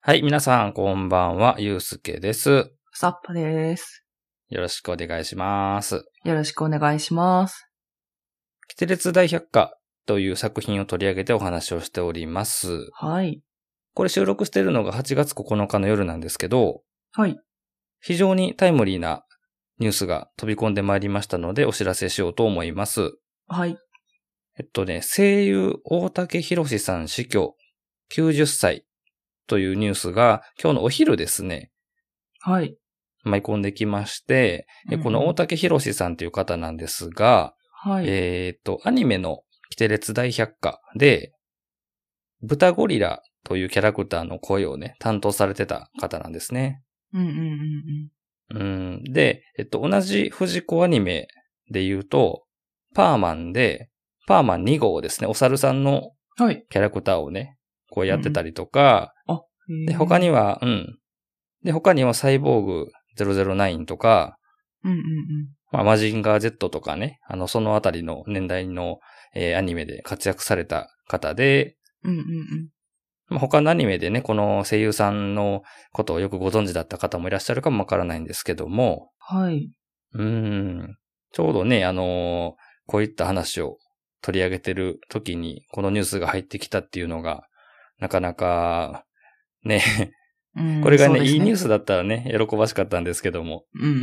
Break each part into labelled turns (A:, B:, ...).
A: はい、皆さん、こんばんは、ゆうすけです。
B: さっぱです。
A: よろしくお願いします。
B: よろしくお願いします。
A: キテレツ大百科という作品を取り上げてお話をしております。
B: はい。
A: これ収録してるのが8月9日の夜なんですけど、
B: はい。
A: 非常にタイムリーなニュースが飛び込んでまいりましたのでお知らせしようと思います。
B: はい。
A: えっとね、声優大竹博史さん死去90歳というニュースが今日のお昼ですね、
B: はい。
A: 舞い込んできまして、でこの大竹博史さんという方なんですが、
B: はい。
A: えっと、アニメのキテレツ大百科で、豚ゴリラというキャラクターの声をね、担当されてた方なんですね。
B: うんうんうん
A: うん。で、えっと、同じ藤子アニメで言うと、パーマンで、パーマン2号ですね、お猿さんの
B: うん。はい。
A: キャラクターをね、こうやってたりとか、で、他
B: に。
A: には、うん。で、他にはサイボーグ009とか、
B: うんうん
A: まあ、マジンガー Z とかね、あの、そのあたりの年代の、えーアニメで活躍された方で、
B: うん。うんうん
A: まあ、他のアニメでね、この声優さんのことをよくご存知だった方もいらっしゃるかもわからないんですけども、
B: うん。はい。
A: うーん、ちょうどね、あのーこういった話を取り上げてる時に、このニュースが入ってきたっていうのが、なかなか、ね、
B: うん
A: これがね、
B: そうです
A: いいニュースだったらね、喜ばしかったんですけども、
B: うんうん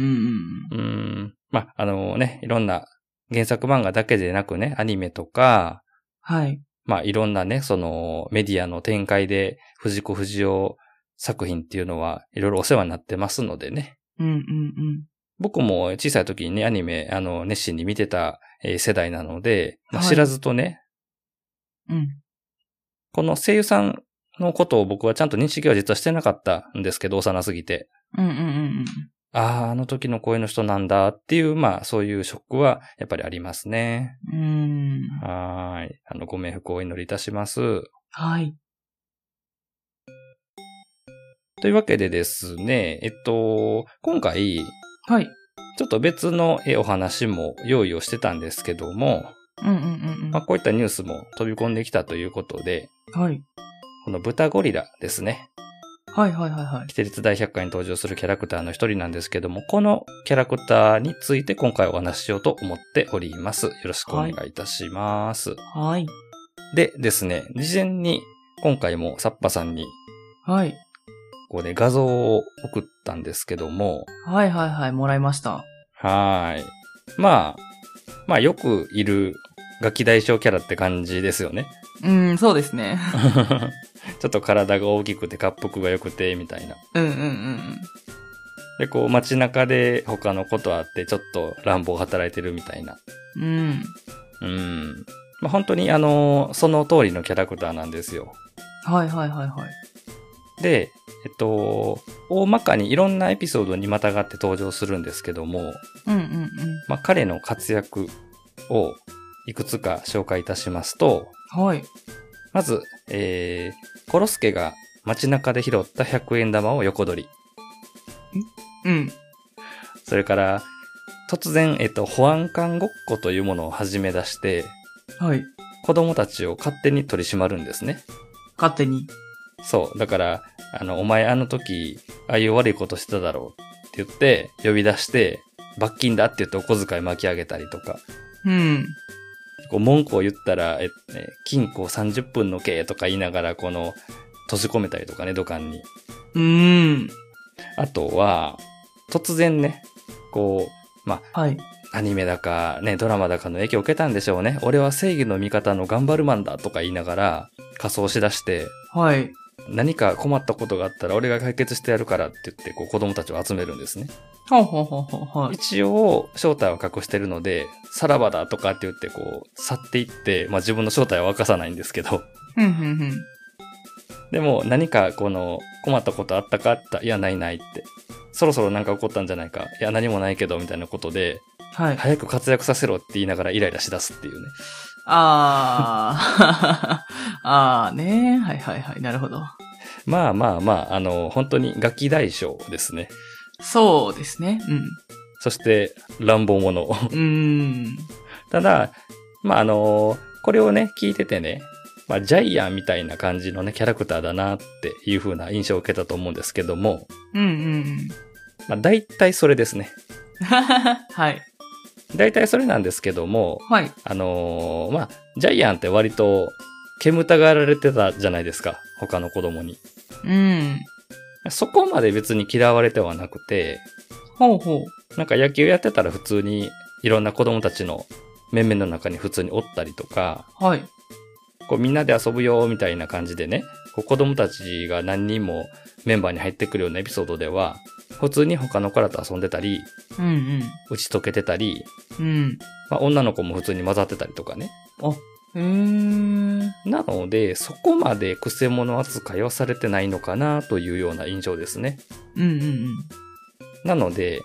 A: うーん。まあ、あのね、いろんな原作漫画だけでなくね、アニメとか、
B: うん。はい。
A: まあ、いろんなね、そのメディアの展開で藤子不二雄作品っていうのはいろいろお世話になってますのでね。
B: うんうん
A: 僕も小さい時にね、アニメ、あの、熱心に見てたえー世代なので、まあ、
B: はい
A: 知らずとね、
B: うん。うん。
A: この声優さんのことを僕はちゃんと認識は実はしてなかったんですけど、幼すぎて。
B: うんうんうん
A: ああ、あの時の声の人なんだっていう、まあ、そういうショックはやっぱりありますね。
B: うん。うん。
A: はーい。あの、ご冥福をお祈りいたします。
B: はい。
A: というわけでですね、えっと、今回、
B: はい。
A: ちょっと別のえお話も用意をしてたんですけども、
B: うんうんうん
A: まあ、こういったニュースも飛び込んできたということで、
B: うん。はい。
A: この豚ゴリラですね。
B: はいはいはいはい。
A: キテレツ大百科に登場するキャラクターの一人なんですけども、このキャラクターについて今回お話ししようと思っております。よろしくお願いいたします。
B: はい。
A: でですね、事前に今回もサッパさんに
B: はい。
A: こうね、画像を送ったんですけども、
B: はいはいはい。もらいました。
A: はーい。まあ、まあよくいるガキ大将キャラって感じですよね。
B: うん、そうですね。
A: ちょっと体が大きくて、滑腹が良くて、みたいな。
B: うんうんうん
A: で、こう街中で他のことあって、ちょっと乱暴働いてるみたいな。
B: うん。うん。
A: うん。まあ本当にあのーその通りのキャラクターなんですよ。
B: はいはいはいはい。
A: で、えっと、大まかにいろんなエピソードにまたがって登場するんですけども、
B: うんうんうん。
A: まあ、彼の活躍をいくつか紹介いたしますと、
B: はい。
A: まず、えー、コロスケが街中で拾った100円玉を横取り。
B: うん。
A: それから、突然、えっと、保安官ごっこというものを始め出して、
B: はい。
A: 子供たちを勝手に取り締まるんですね。
B: 勝手に。
A: そう。だから、あの、お前あの時、ああいう悪いことしてただろうって言って、呼び出して、罰金だって言ってお小遣い巻き上げたりとか。
B: うん。
A: こう文句を言ったら、ええ金庫30分の刑とか言いながら、この、閉じ込めたりとかね、土管に。
B: うーん。
A: あとは、突然ね、こ
B: はい。
A: う、アニメだか、ね、ドラマだかの影響を受けたんでしょうね。俺は正義の味方の頑張るマンだとか言いながら、仮装しだして、
B: はい。
A: 何か困ったことがあったら俺が解決してやるからって言って、こう子供たちを集めるんですね。
B: ほうほうほうほう。はい。
A: 一応、正体を隠してるので、さらばだとかって言って、こう、去っていって、まあ自分の正体は明かさないんですけど、
B: ふんふんふん。
A: でも何かこの困ったことあったかあったいやないないってそろそろ何か起こったんじゃないかいや何もないけどみたいなことで
B: はい。
A: 早く活躍させろって言いながらイライラしだすっていうね
B: あー。 あーね。はいはいはい。なるほど。
A: まあまあまああの本当にガキ大将ですね
B: そうですね。
A: そして乱暴者
B: うん。うーん。
A: ただまああのこれをね聞いててねまあ、ジャイアンみたいな感じのね、キャラクターだなっていう風な印象を受けたと思うんですけども、
B: うんうん
A: まあ、大体それですね。
B: うん。はい。
A: 大体それなんですけども、
B: はい。
A: あのーまあ、ジャイアンって割と、煙たがられてたじゃないですか。他の子供に。
B: うん。
A: そこまで別に嫌われてはなくて、
B: ほうほ
A: なんか野球やってたら普通にいろんな子供たちの面々の中に普通におったりとか、
B: う。はい。
A: こうみんなで遊ぶよみたいな感じでね、こう子供たちが何人もメンバーに入ってくるようなエピソードでは、普通に他の子らと遊んでたり、
B: うん
A: 打ち解けてたり、
B: うん。うん。
A: まあ女の子も普通に混ざってたりとかね。
B: へー。
A: なので、そこまでクセ者扱いはされてないのかなというような印象ですね。
B: うんうんうん。
A: なので、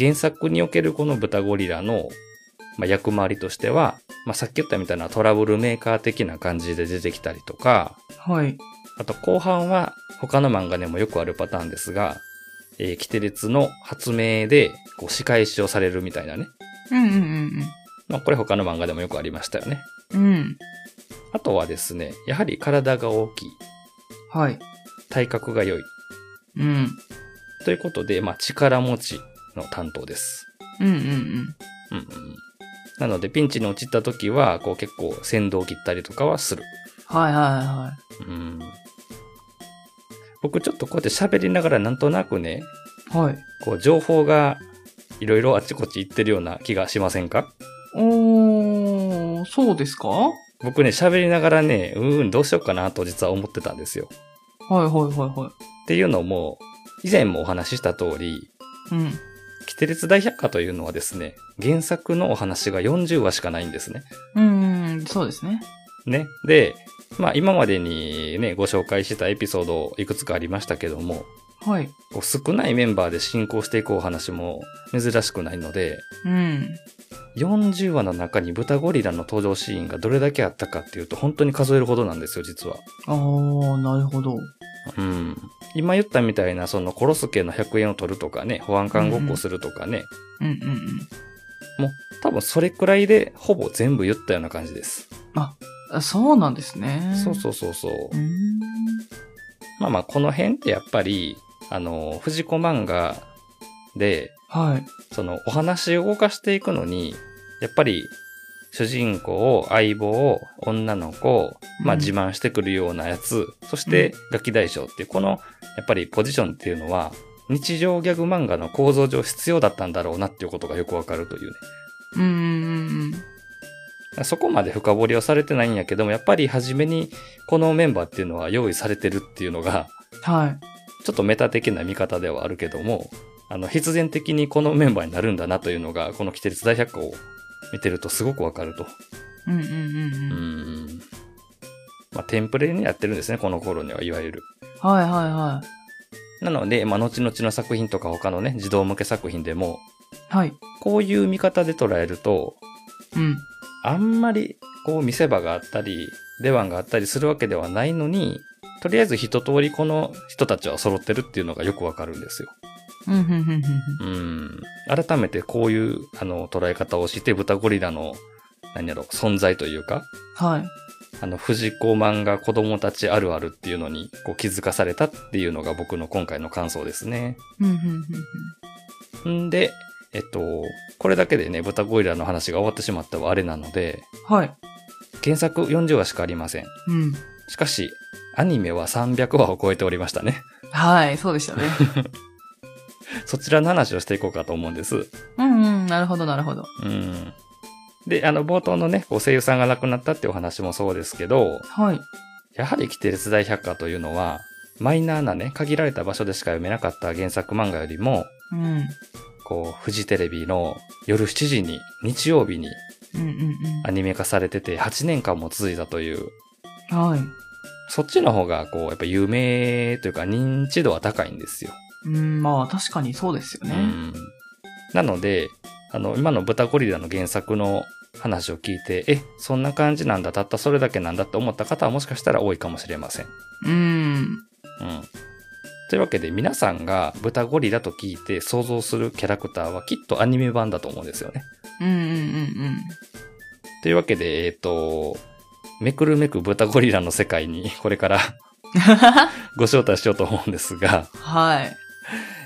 A: 原作におけるこの豚ゴリラの、まあ、役回りとしては、まあ、さっき言ったみたいなトラブルメーカー的な感じで出てきたりとか、
B: はい。
A: あと後半は他の漫画でもよくあるパターンですが、えー、キテレツの発明でこう仕返しをされるみたいなね。
B: うんうん
A: まあ、これ他の漫画でもよくありましたよね。
B: うんうん。うん。
A: あとはですね、やはり体が大きい、
B: はい。
A: 体格が良い、
B: うん。
A: ということで、まあ、力持ちの担当です。
B: うんうん
A: うんうんなので、ピンチに陥った時は、こう結構先導を切ったりとかはする。
B: うん。はいはいは
A: うん。僕ちょっとこうやって喋りながらなんとなくね、
B: い。はい。
A: こう情報がいろいろあっちこっち行ってるような気がしませんか
B: おー、そうですかはい
A: 僕ね、喋りながらね、うーん、どうしようかなと実は思ってたんですよ。
B: はいはいは
A: っていうのも、以前もお話しした通り、
B: い。うん。
A: キテレツ大百科というのはですね、原作のお話が40話しかないんですね。
B: うんうん、そうですね。
A: ね。で、まあ今までにね、ご紹介したエピソードいくつかありましたけども、
B: はい。
A: こう少ないメンバーで進行していくお話も珍しくないので、
B: うん。
A: 40話の中に豚ゴリラの登場シーンがどれだけあったかっていうと本当に数えるほどなんですよ、実は。
B: あー、なるほど。
A: うん。今言ったみたいな、そのコロスケの100円を取るとかね、保安官ごっこするとかね、
B: うんうんうん。
A: 多分それくらいでほぼ全部言ったような感じです。
B: あそうなんですね。。
A: そうそううそうそう
B: う。ん。
A: まあまあ、この辺ってやっぱり、あの、藤子漫画で、
B: はい。
A: そのお話を動かしていくのに、やっぱり主人公、相棒、女の子、まあ
B: うん
A: 自慢してくるようなやつ、そしてガキ大将っていう、このやっぱりポジションっていうのは、日常ギャグ漫画の構造上必要だったんだろうなっていうことがよくわかるという
B: うんうん
A: ね。そこまで深掘りはされてないんやけども、やっぱり初めにこのメンバーっていうのは用意されてるっていうのが、
B: うん。はい。
A: ちょっとメタ的な見方ではあるけども、あの、必然的にこのメンバーになるんだなというのが、このキテレツ大百科を見てるとすごくわかると。
B: うんうんうん
A: う
B: うん。
A: ん。まあ、テンプレにやってるんですね、この頃には、いわゆる。
B: はいはいは
A: なので、まあ、後々の作品とか他のね、児童向け作品でも、
B: い。はい。
A: こういう見方で捉えると、
B: うん。
A: あんまり、こう、見せ場があったり、出番があったりするわけではないのに、とりあえず一通りこの人たちは揃ってるっていうのがよくわかるんですよ。
B: うんうんうんうん
A: うん。改めてこういう、あの、捉え方をして、豚ゴリラの、何やろ、存在というか、
B: うん。はい。
A: あの、藤子漫画子供たちあるあるっていうのに、こう気づかされたっていうのが僕の今回の感想ですね。
B: うんうんうん
A: んで、えっと、これだけでね、豚ゴリラの話が終わってしまったはあれなので、
B: うん。はい。
A: 原作40話しかありません。
B: うん。
A: しかし、アニメは300話を超えておりましたね。
B: はい、そうで したね。
A: そちらの話をしていこうかと思うんです。
B: うんうん、なるほどなるほど。
A: うん。で、あの、冒頭のね、こう声優さんが亡くなったっていうお話もそうですけど、
B: はい。
A: やはりキテレツ大百科というのは、マイナーなね、限られた場所でしか読めなかった原作漫画よりも、
B: うん。うん
A: こう、フジテレビの夜7時に、日曜日に
B: うんうん。
A: アニメ化されてて、8年間も続いたという、
B: はい。
A: そっちの方が、こう、やっぱ有名というか認知度は高いんですよ。
B: うん、まあ確かにそうですよ
A: う
B: ね。
A: ん。なので、あの、今の豚ゴリラの原作の話を聞いて、え、そんな感じなんだ、たったそれだけなんだって思った方はもしかしたら多いかもしれません。
B: うん。
A: うん。というわけで皆さんが豚ゴリラと聞いて想像するキャラクターはきっとアニメ版だと思うんですよね。
B: うんうんうんうん。
A: というわけで、えっ、と、めくるめく豚ゴリラの世界に これから ご招待しようと思うんですが、
B: はい。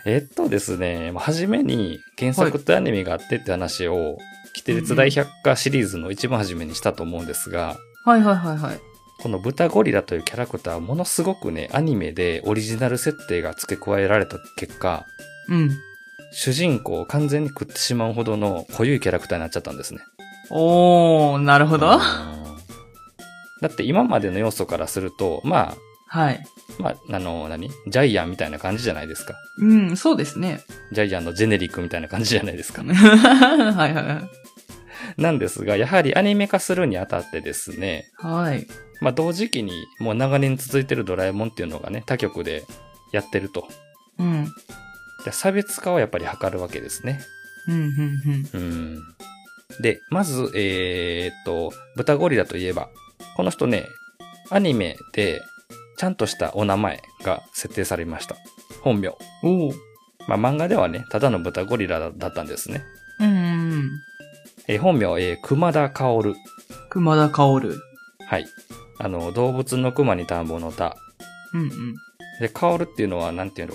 A: えっとですね、まあ初めに原作とアニメがあってって話を、キテレツ大百科シリーズの一番初めにしたと思うんですが、
B: はいはいはいはい。
A: この豚ゴリラというキャラクターはものすごくね、アニメでオリジナル設定が付け加えられた結果、
B: うん。
A: 主人公を完全に食ってしまうほどの濃ゆいキャラクターになっちゃったんですね。
B: おー、なるほど。
A: うんだって今までの要素からすると、まあ、
B: はい。
A: まあ、あの、何ジャイアンみたいな感じじゃないですか。
B: うん、そうですね。
A: ジャイアンのジェネリックみたいな感じじゃないですか。
B: はいはいはい。
A: なんですが、やはりアニメ化するにあたってですね、
B: はい。
A: まあ同時期にもう長年続いてるドラえもんっていうのがね、他局でやってると。
B: うん。
A: で差別化をやっぱり図るわけですね。
B: うん、うん、うん。
A: うん。で、まず、えーっと、豚ゴリラといえば、この人ね、アニメでちゃんとしたお名前が設定されました。本名。
B: おー。
A: まあ漫画ではね、ただの豚ゴリラだったんですね。
B: うんうんうん。
A: えー本名、えー熊田薫。
B: 熊田薫。
A: はい。あの、動物の熊に田んぼの田。
B: うん、うん。
A: で、薫っていうのは、なんていうの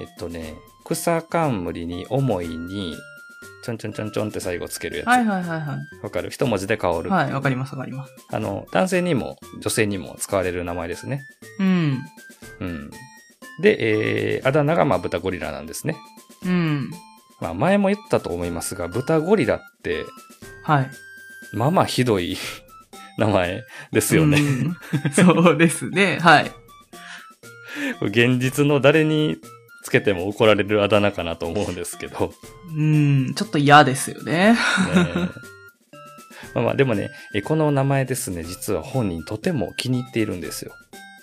A: えっとね、草冠に思いに、ちょんちょんちょんちょんって最後つけるやつ。わ、
B: はいはいはいはい。
A: かる一文字で薫。
B: はい、わかりますわかります。
A: あの、男性にも女性にも使われる名前ですね。
B: うん。
A: うん。で、えー、あだ名がまあ豚ゴリラなんですね。
B: うん。
A: まあ前も言ったと思いますが、豚ゴリラって、
B: はい。
A: まあまあひどい 名前ですよね。
B: うん。そうですね。はい。
A: これ現実の誰につけても怒られるあだ名かなと思うんですけど。ね
B: うん。ちょっと嫌ですよね。
A: えまあまあでもね、えこの名前ですね、実は本人とても気に入っているんですよ。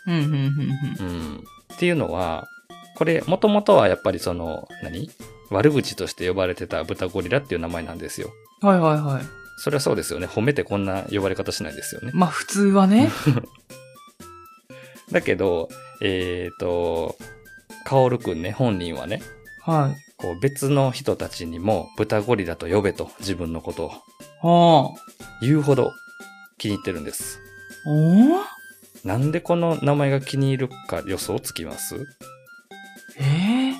B: うん、うん、うん、
A: うん。っていうのは、これ、もともとはやっぱりその、何悪口として呼ばれてた豚ゴリラっていう名前なんですよ。
B: うん。はいはいはい。
A: それはそうですよね。褒めてこんな呼ばれ方しないですよね。
B: まあ普通はね。
A: だけど、えっ、と、カオルくんね、本人はね、
B: はい。
A: こう別の人たちにも豚ゴリラと呼べと自分のことを
B: はあ。
A: 言うほど気に入ってるんです。
B: おー
A: なんでこの名前が気に入るか予想つきます
B: ええ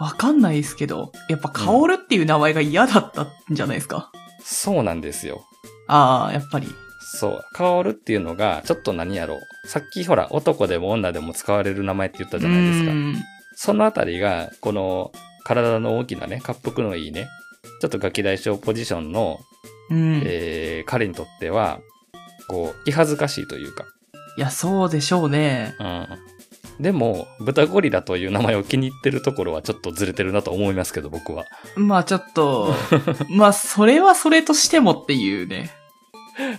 B: わかんないですけど、やっぱカオルっていう名前が嫌だったんじゃないですか。
A: そうなんですよ。
B: ああ、やっぱり。
A: そう。カオルっていうのが、ちょっと何やろう。さっきほら、男でも女でも使われる名前って言ったじゃないです
B: う
A: か。
B: ん
A: そのあたりが、この、体の大きなね、滑腹のいいね、ちょっとガキ大将ポジションの、
B: うん。
A: えー、彼にとっては、こう、気恥ずかしいというか。
B: いや、そうでしょうね。
A: うん。でも、豚ゴリラという名前を気に入ってるところはちょっとずれてるなと思いますけど、僕は。
B: まあちょっと、 まあそれはそれとしてもっていうね。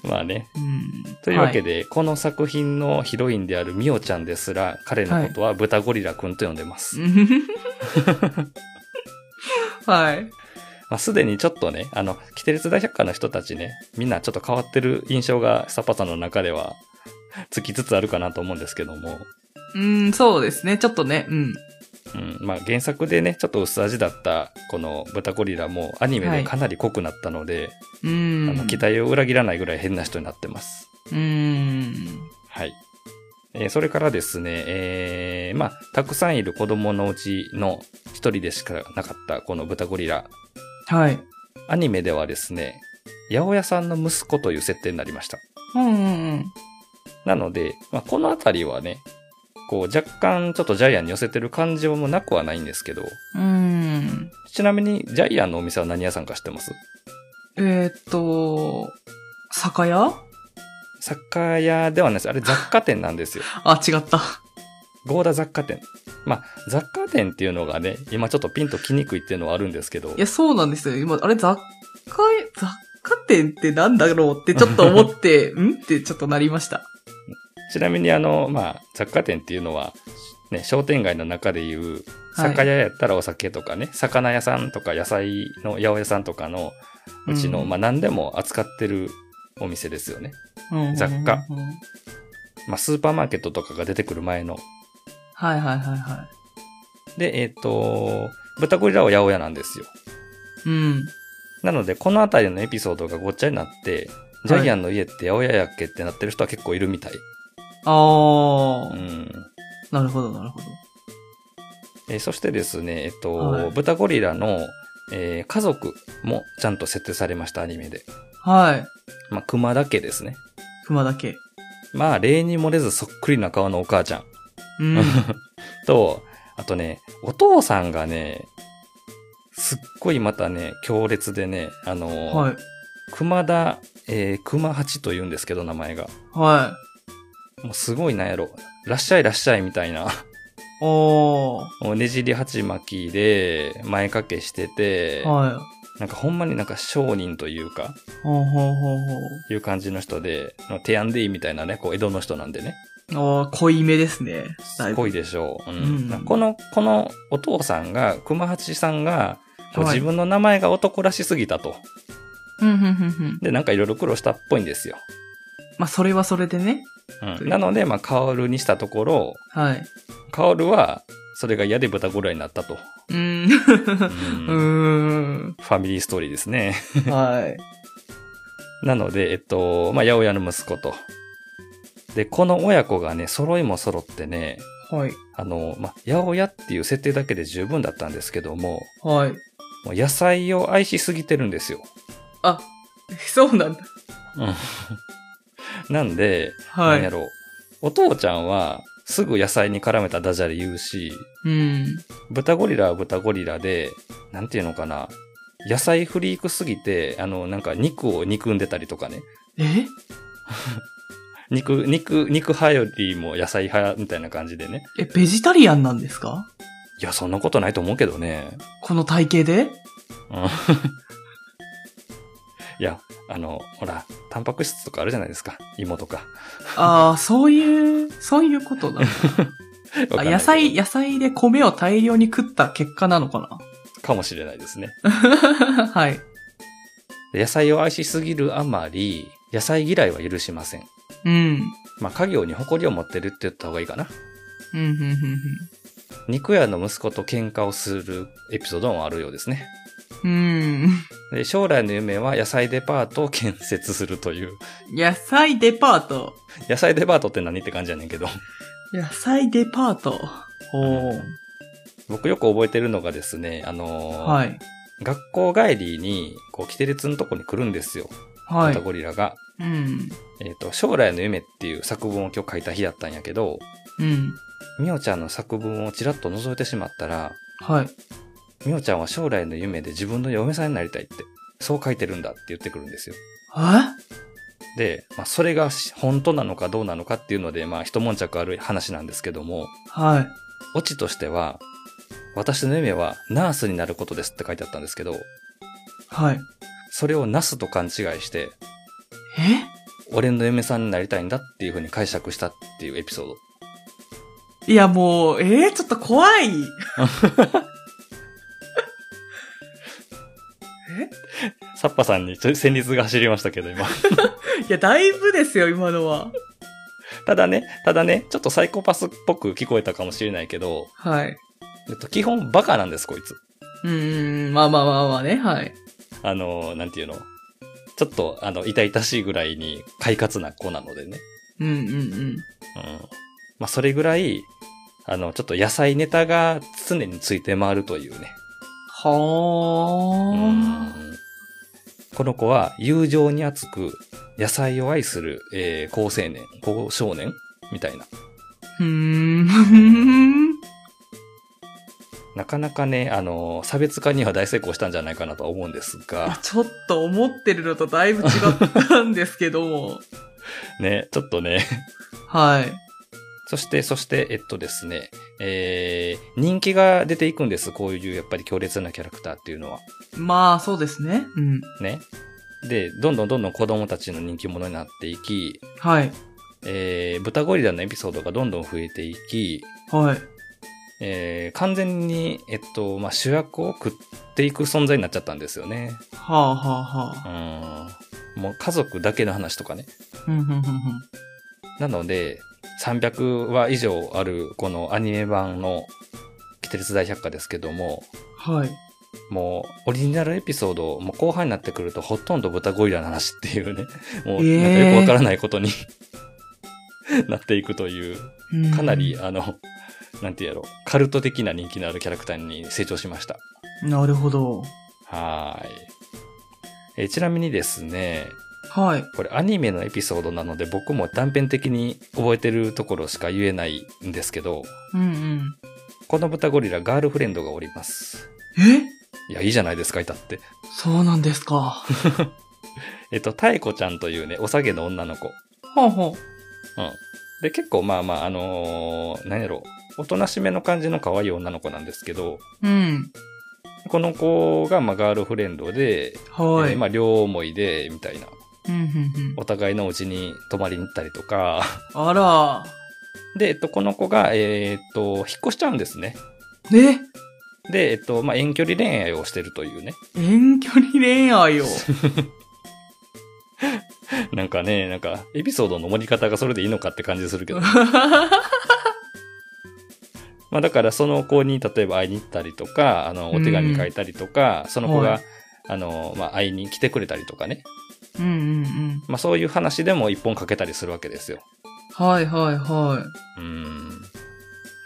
A: まあね。
B: うん。
A: というわけで、この作品のヒロインであるミオちゃんですら、彼のことは豚ゴリラくんと呼んでます。
B: はい。 はい。
A: まあ、すでにちょっとね、あの、キテレツ大百科の人たちね、みんなちょっと変わってる印象がサパさんの中ではつきつつあるかなと思うんですけども、
B: うん、そうですね。ちょっとね、うん。
A: うん、まあ原作でね、ちょっと薄味だったこの豚ゴリラもアニメでかなり濃くなったので、
B: うん。
A: あの期待を裏切らないぐらい変な人になってます。
B: うん。
A: はい。えーそれからですね、えーまあ、たくさんいる子供のうちの一人でしかなかったこの豚ゴリラ、
B: はい。
A: アニメではですね、八百屋さんの息子という設定になりました。
B: うんうんうん。
A: なので、まあ、このあたりはね、こう若干ちょっとジャイアンに寄せてる感じもなくはないんですけど、
B: うん。
A: ちなみにジャイアンのお店は何屋さんか知ってます
B: えーっと、酒屋
A: 酒屋ではないです。あれ雑貨店なん ですよ。
B: あ、違った。
A: ゴーダ雑貨店。まあ、雑貨店っていうのがね、今ちょっとピンときにくいっていうのはあるんですけど
B: い、や、そうなんですよ。今、あれ、雑貨屋、雑貨店ってなんだろうってちょっと思 って、んってちょっとなりました。
A: ちなみにあの、まあ、雑貨店っていうのは、ね、商店街の中でいう、
B: はい
A: 酒屋やったらお酒とかね、魚屋さんとか野菜の八百屋さんとかのうちの、
B: うん
A: まあ何でも扱ってるお店ですよね。
B: うん
A: 雑貨。
B: うんうんうん
A: まあ、スーパーマーケットとかが出てくる前の。
B: はいはいはいは
A: で、えっ、と、豚ゴリラは八百屋なんですよ。
B: い。うん。
A: なので、この辺りのエピソードがごっちゃになって、ジャイアンの家って八百屋やっけってなってる人は結構いるみたい。
B: あ
A: う
B: あ、
A: ん。
B: なるほど、なるほど。
A: えーそしてですね、えっと、
B: はい
A: 豚ゴリラの、えー家族もちゃんと設定されました、アニメで。
B: はい。
A: まあ、熊だけですね。
B: 熊だけ。
A: まあ、例に漏れずそっくりな顔のお母ちゃん。
B: うん。
A: と、あとね、お父さんがね、すっごいまたね、強烈でね、あのー、
B: はい。
A: 熊田、えー、熊八と言うんですけど、名前が。
B: は
A: もうすごいなんやろ。らっしゃいらっしゃいみたいな。
B: い。おー。
A: もうねじり鉢巻きで、前掛けしてて、
B: はい。
A: なんかほんまになんか商人というか、
B: ほうほうほう
A: いう感じの人で、提案でいいみたいなね、こう江戸の人なんでね。
B: ほう。あー、濃いめですね。だ
A: す
B: い
A: ご
B: ぶ。
A: いでしょう。う
B: うん
A: んこの、このお父さんが、熊八さんが、こう
B: はい
A: 自分の名前が男らしすぎたと。
B: うん、うん、うん、うん。
A: で、なんかいろいろ苦労したっぽいんですよ。
B: まあ、それはそれでね。
A: うん、なので、まあ、カオルにしたところ、
B: はい。
A: カオルは、それが嫌で豚ゴリラになったと。
B: う ーん。
A: うん
B: う
A: ファミリーストーリーですね。
B: ーん。はい。
A: なので、えっと、まあ、八百屋の息子と。で、この親子がね、揃いも揃ってね、
B: はい。
A: あの、まあ、八百屋っていう設定だけで十分だったんですけども、
B: はい。
A: もう野菜を愛しすぎてるんですよ。
B: あ、そうなんだ。
A: なんで、
B: は
A: なんや
B: い。
A: ろう。お父ちゃんは、すぐ野菜に絡めたダジャレ言うし、
B: うん。
A: 豚ゴリラは豚ゴリラで、なんていうのかな。野菜フリークすぎて、あの、なんか肉を憎んでたりとかね。
B: え
A: 肉、肉、肉派よりも野菜派みたいな感じでね。
B: え、ベジタリアンなんですか
A: いや、そんなことないと思うけどね。
B: この体型で
A: うんいや、あの、ほら、タンパク質とかあるじゃないですか。芋とか。
B: ああ、そういう、そういうこと なの
A: わかん
B: あ
A: ないけど
B: 野菜、野菜で米を大量に食った結果なのか
A: かもしれないですね。
B: なはい。
A: で野菜を愛しすぎるあまり、野菜嫌いは許しません。
B: うん。
A: まあ、家業に誇りを持ってるって言った方がいいかな。
B: うん、うん、うん、
A: 肉屋の息子と喧嘩をするエピソードもあるようですね。
B: うん。うん。
A: で将来の夢は野菜デパートを建設するという。
B: 野菜デパート。
A: 野菜デパートって何って感じやねんけど。
B: 野菜デパート。ほう。
A: 僕よく覚えてるのがですね、あのー
B: はい。
A: 学校帰りに、こう、キテレツのとこに来るんですよ。
B: は
A: タ
B: い。
A: ゴリラが。
B: うん。
A: えっ、と、将来の夢っていう作文を今日書いた日やったんやけど、
B: うん。
A: みおちゃんの作文をちらっと覗いてしまったら、
B: はい。
A: みおちゃんは将来の夢で自分の嫁さんになりたいって、そう書いてるんだって言ってくるんですよ。
B: え
A: で、まあ、それが本当なのかどうなのかっていうので、まあ、一悶着ある話なんですけども、
B: はい。
A: オチとしては、私の夢はナースになることですって書いてあったんですけど、
B: はい。
A: それをナスと勘違いして、俺の嫁さんになりたいんだっていう風に解釈したっていうエピソード。
B: えいや、もう、えー、ちょっと怖い。
A: サッパさんにちょっと戦慄が走りましたけど、今。
B: いや、だいぶですよ、今のは。
A: ただね、ただね、ちょっとサイコパスっぽく聞こえたかもしれないけど、
B: はい。
A: えっと、基本バカなんです、こいつ。
B: うーん、まあまあまあまあね、はい。
A: あの、なんていうの。ちょっと、あの、痛々しいぐらいに快活な子なのでね。
B: うんうん
A: うん。まあ、それぐらい、あの、ちょっと野菜ネタが常について回るというね。う
B: うん。はあ。
A: んこの子は友情に熱く、野菜を愛する、えー、高青年、高少年みたいな。
B: うーん。
A: なかなかね、あの、差別化には大成功したんじゃないかなとは思うんです が、
B: ちょっと思ってるのとだいぶ違ったんですけども。
A: ね、ちょっとね。
B: はい。
A: そして、そして、えっとですね、えー、人気が出ていくんです。こういう、やっぱり強烈なキャラクターっていうのは。
B: まあ、そうですね。うん。
A: ね。で、どんどんどんどん子供たちの人気者になっていき、
B: はい。
A: えー、豚ゴリラのエピソードがどんどん増えていき、
B: はい。
A: えー、完全に、えっと、まあ、主役を食っていく存在になっちゃったんですよね。
B: はあはあは
A: う
B: あ。
A: ん。もう家族だけの話とかね。
B: うんうんうんうん。
A: なので、300話以上あるこのアニメ版のキテレツ大百科ですけども、
B: はい。
A: もう、オリジナルエピソード、もう後半になってくると、ほとんど豚ゴリラの話っていうね、もう、
B: え
A: なん
B: ー
A: かよくわからないことに、 なっていくという、
B: うん
A: かなり、あの、なんていうやろ、カルト的な人気のあるキャラクターに成長しました。
B: なるほど。
A: はーい。えーちなみにですね、
B: はい。
A: これアニメのエピソードなので僕も断片的に覚えてるところしか言えないんですけど、
B: うん
A: この豚ゴリラガールフレンドがおります。
B: うん。え
A: いや、いいじゃないですか、いたって。
B: そうなんですか。
A: えっと、タイコちゃんというね、お下げの女の子。うん。
B: ほうほ
A: で、結構まあまあ、あのー何やろおとなしめの感じの可愛い女の子なんですけど、
B: う。うん。
A: この子がまあガールフレンドで、
B: は
A: え
B: い。
A: ーまあ両思いで、みたいな。
B: うんうんうん。
A: お互いのうちに泊まりに行ったりとか。
B: あら。
A: で、えっと、この子が、えーっと、引っ越しちゃうんですね。
B: え
A: で、えっと、まあ、遠距離恋愛をしてるというね。
B: 遠距離恋愛を。
A: なんかね、なんか、エピソードの盛り方がそれでいいのかって感じする けど。まあ、だから、その子に、例えば会いに行ったりとか、あの、お手紙書いたりとか、その子が、
B: はい
A: あの、まあ、会いに来てくれたりとかね。
B: うんうんうん。
A: まあ、そういう話でも一本かけたりするわけですよ。
B: はいはいは
A: うん。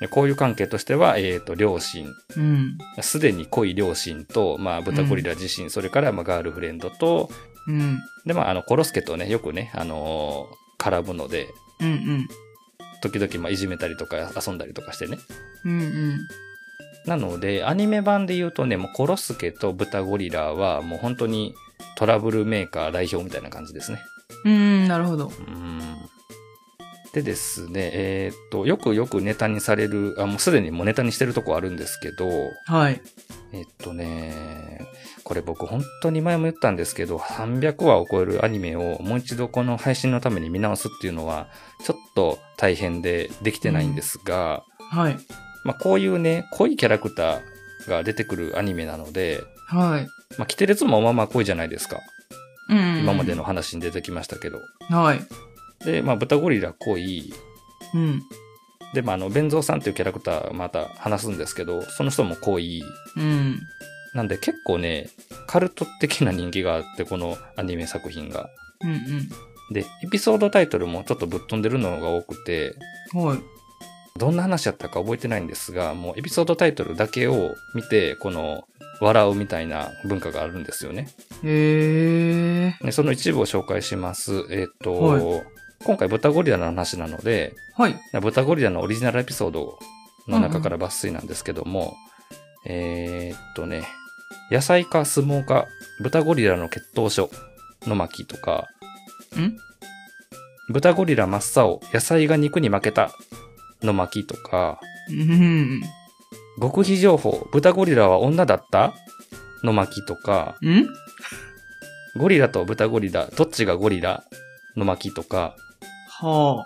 A: でこういう関係としては、えーっ、と、両親、
B: い。うん。
A: すでに濃い両親と、まあ、豚ゴリラ自身、それから、まあ、ガールフレンドと、
B: うん。
A: で、まあ、あの、コロスケとね、よくね、あのー絡むので、
B: うんうん。
A: 時々、まあ、いじめたりとか、遊んだりとかしてね。
B: うんうん。
A: なので、アニメ版で言うとね、もう、コロスケと豚ゴリラは、もう本当にトラブルメーカー代表みたいな感じですね。
B: うん、なるほど。
A: うん。でですね、えーっと、よくよくネタにされる、あ、もうすでにもうネタにしてるとこあるんですけど、
B: はい。
A: えっとね、これ僕本当に前も言ったんですけど、300話を超えるアニメをもう一度この配信のために見直すっていうのは、ちょっと大変でできてないんですが、
B: はい。
A: まあこういうね、濃いキャラクターが出てくるアニメなので、
B: はい。
A: まあキテレツもまあまあ濃いじゃないですか。
B: うん。
A: 今までの。話に出てきましたけど。
B: はい。
A: で、まあ豚ゴリラ濃い、
B: うん。
A: で、まああの、弁蔵さんっていうキャラクターまた話すんですけど、その人も濃い、
B: うん。
A: なんで結構ね、カルト的な人気があって、このアニメ作品が。
B: うん
A: で、エピソードタイトルもちょっとぶっ飛んでるのが多くて、
B: うん。はい。
A: どんな話やったか覚えてないんですが、もうエピソードタイトルだけを見て、この、笑うみたいな文化があるんですよね。
B: へえ。
A: でその一部を紹介します。えっ、と、
B: はい
A: 今回豚ゴリラの話なので、
B: はい。
A: 豚ゴリラのオリジナルエピソードの中から抜粋なんですけども、えーっとね、野菜か相撲か、豚ゴリラの血統書の巻とか、
B: ん
A: 豚ゴリラ真っ青、野菜が肉に負けたの巻とか、
B: うん。
A: 極秘情報、豚ゴリラは女だったの巻とか、
B: うん
A: ゴリラと豚ゴリラ、どっちがゴリラの巻とか、
B: は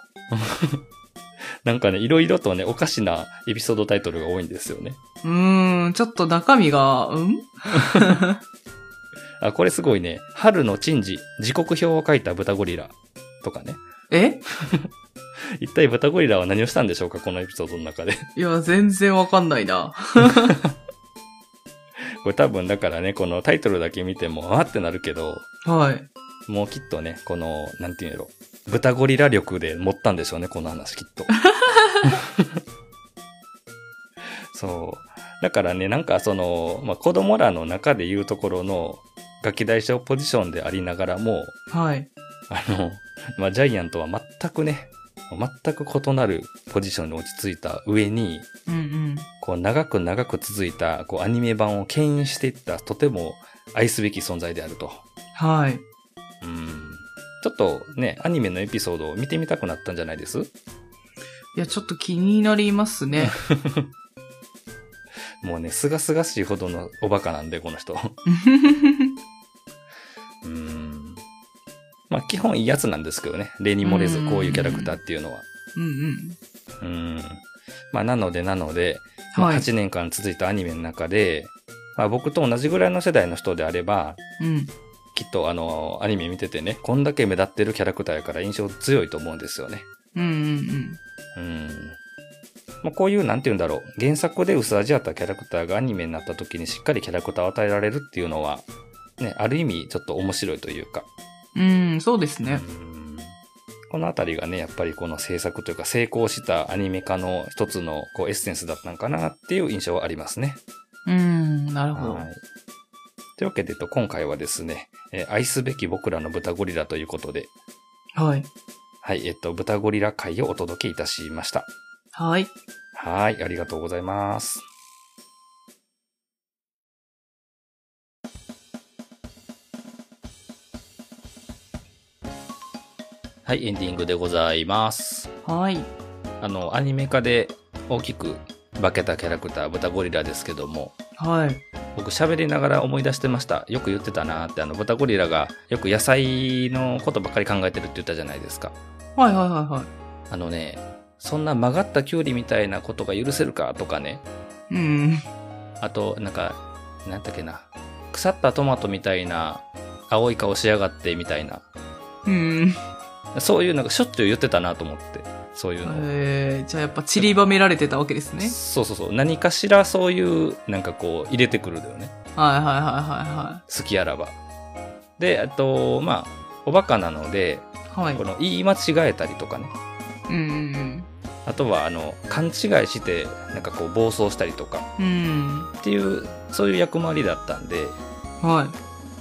A: なんかね、いろいろとね、おかしなエピソードタイトルが多いんですよね。
B: あ。うーん、ちょっと中身が、うん
A: あ、これすごいね。春の珍事、時刻表を書いた豚ゴリラとかね。
B: え
A: 一体豚ゴリラは何をしたんでしょうかこのエピソードの中で。
B: いや、全然わかんないな。
A: これ多分だからね、このタイトルだけ見ても、あーってなるけど、
B: はい。
A: もうきっとね、この、なんていうんやろ。豚ゴリラ力で持ったんでしょうね、この話きっと。 そう。だからね、なんかその、まあ、子供らの中で言うところの、ガキ大将ポジションでありながらも、
B: はい。
A: あの、まあ、ジャイアントは全くね、全く異なるポジションに落ち着いた上に、
B: うんうん。
A: こう長く長く続いたこうアニメ版を牽引していったとても愛すべき存在であると。
B: はい。
A: うん。ちょっとね、アニメのエピソードを見てみたくなったんじゃないです
B: いや、ちょっと気になります ね。
A: もうね、すがすがしいほどのおバカなんで、この人。うん。まあ基本いいやつなんですけどね。例に漏れずこういうキャラクターっていうのは。
B: うんうん。
A: うん。まあなのでなので、まあ
B: はい
A: 8年間続いたアニメの中で、まあ僕と同じぐらいの世代の人であれば、
B: うん。
A: きっとあの、アニメ見ててね、こんだけ目立ってるキャラクターやから印象強いと思うんですよね。
B: うんうん
A: う
B: うん。
A: ん。まあ、こういう、なんて言うんだろう。原作で薄味あったキャラクターがアニメになった時にしっかりキャラクターを与えられるっていうのは、ね、ある意味ちょっと面白いというか。
B: うん、そうですね。
A: うんこのあたりがね、やっぱりこの制作というか成功したアニメ化の一つのこうエッセンスだったのかなっていう印象はありますね。
B: うん、なるほど。
A: はい。というわけで、えっと今回はですね、えー愛すべき僕らの豚ゴリラということで、
B: はい。
A: はい、えっと、豚ゴリラ会をお届けいたしました。
B: はい。
A: はい、ありがとうございます。はい、エンディングでございます。
B: はい。
A: あの、アニメ化で大きく化けたキャラクター、豚ゴリラですけども、
B: はい。
A: 僕喋りながら思い出してました。よく言ってたなって、あの、豚ゴリラがよく野菜のことばっかり考えてるって言ったじゃないですか。
B: はいはいはいは
A: あのね、そんな曲がったキュウリみたいなことが許せるかとかね、
B: い。うん。
A: あと、なんか、なんだっけな、腐ったトマトみたいな、青い顔しやがってみたいな、
B: うん。
A: そういうなんかしょっちゅう言ってたなと思って、そういうのを。
B: えー、じゃあやっぱ散りばめられてたわけですね。
A: そうそうそう、何かしらそういう、なんかこう、入れてくるんだよね。
B: はいはいは
A: 好きあらば。で、あと、まあ、おバカなので、
B: いはいはい。
A: こ
B: はい。
A: の言い間違えたりとかね。
B: うん
A: あとは、あの、勘違いして、なんかこう、暴走したりとか
B: うんうん。うん。
A: っていう、そういう役回りだったんで、
B: は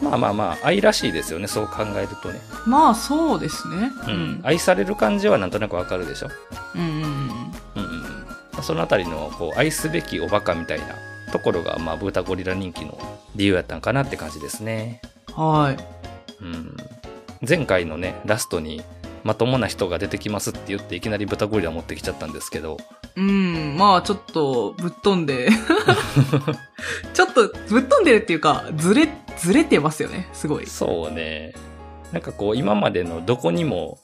A: まあまあまあ、愛らしいですよね、そう考えるとね。
B: い。まあそうですね。
A: うん。愛される感じはなんとなくわかるでしょ。
B: うんうんうん。
A: うんうんうん。そのあたりの、こう、愛すべきおバカみたいなところが、まあ、ブータゴリラ人気の理由やったんかなって感じですね。
B: はい。
A: うん、前回のねラストにまともな人が出てきますって言っていきなり豚ゴリラ持ってきちゃったんですけど
B: うん、まあちょっとぶっ飛んで。 ちょっとぶっ飛んでるっていうか、ずれ、ずれてますよね。すごい。
A: そうねなんかこう今までのどこにも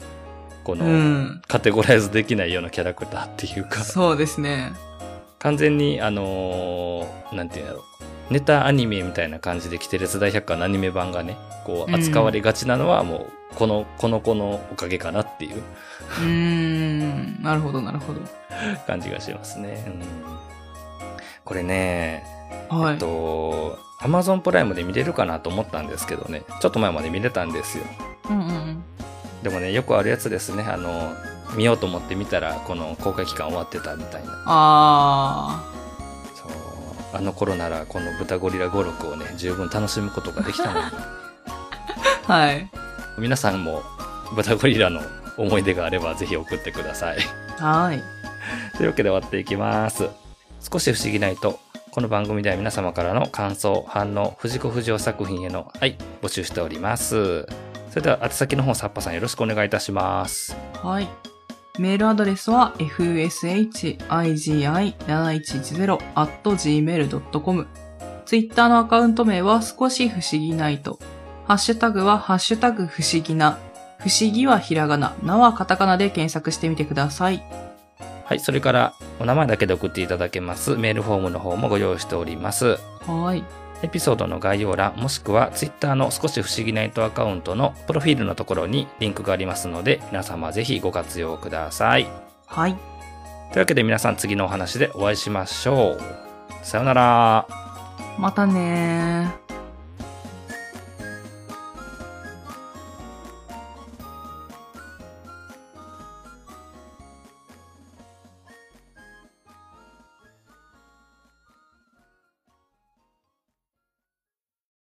A: こ
B: う
A: の
B: ん。
A: カテゴライズできないようなキャラクターっていうか
B: そうですね。
A: 完全にあのーなんていうんだろうネタアニメみたいな感じで来てる世代百科のアニメ版がねこう扱われがちなのはもうこのこの子のおかげかなっていう
B: うーん。なるほど、なるほど。
A: 感じがしますね。うん、これね
B: はい。
A: えっと、アマゾンプライムで見れるかなと思ったんですけどね、ちょっと前まで見れたんですよ。
B: うんうんうん。
A: でもね、よくあるやつですね、あの、見ようと思って見たら、この公開期間終わってたみたいな。
B: あ
A: そう。あの頃なら、この豚ゴリラ語録をね、十分楽しむことができたのに、
B: ー。はい。
A: 皆さんも豚ゴリラの思い出があれば、ぜひ送ってください。
B: はい。
A: というわけで終わっていきます。少し不思議ないと、この番組では皆様からの感想、反応、藤子不二雄作品への愛、募集しております。それでは、宛先の方、サッパさんよろしくお願いいたします。
B: はい。メールアドレスは fushigi7110.gmail.com。ツイッターのアカウント名は少し不思議ないと。ハッシュタグはハッシュタグ不思議な。不思議はひらがな、なはカタカナで検索してみてください。
A: はい、それから、お名前だけで送っていただけますメールフォームの方もご用意しております。
B: はい。
A: エピソードの概要欄、もしくは Twitter の少し不思議な糸アカウントのプロフィールのところにリンクがありますので、皆様ぜひご活用ください。
B: はい。
A: というわけで皆さん次のお話でお会いしましょう。さようなら。
B: またねー。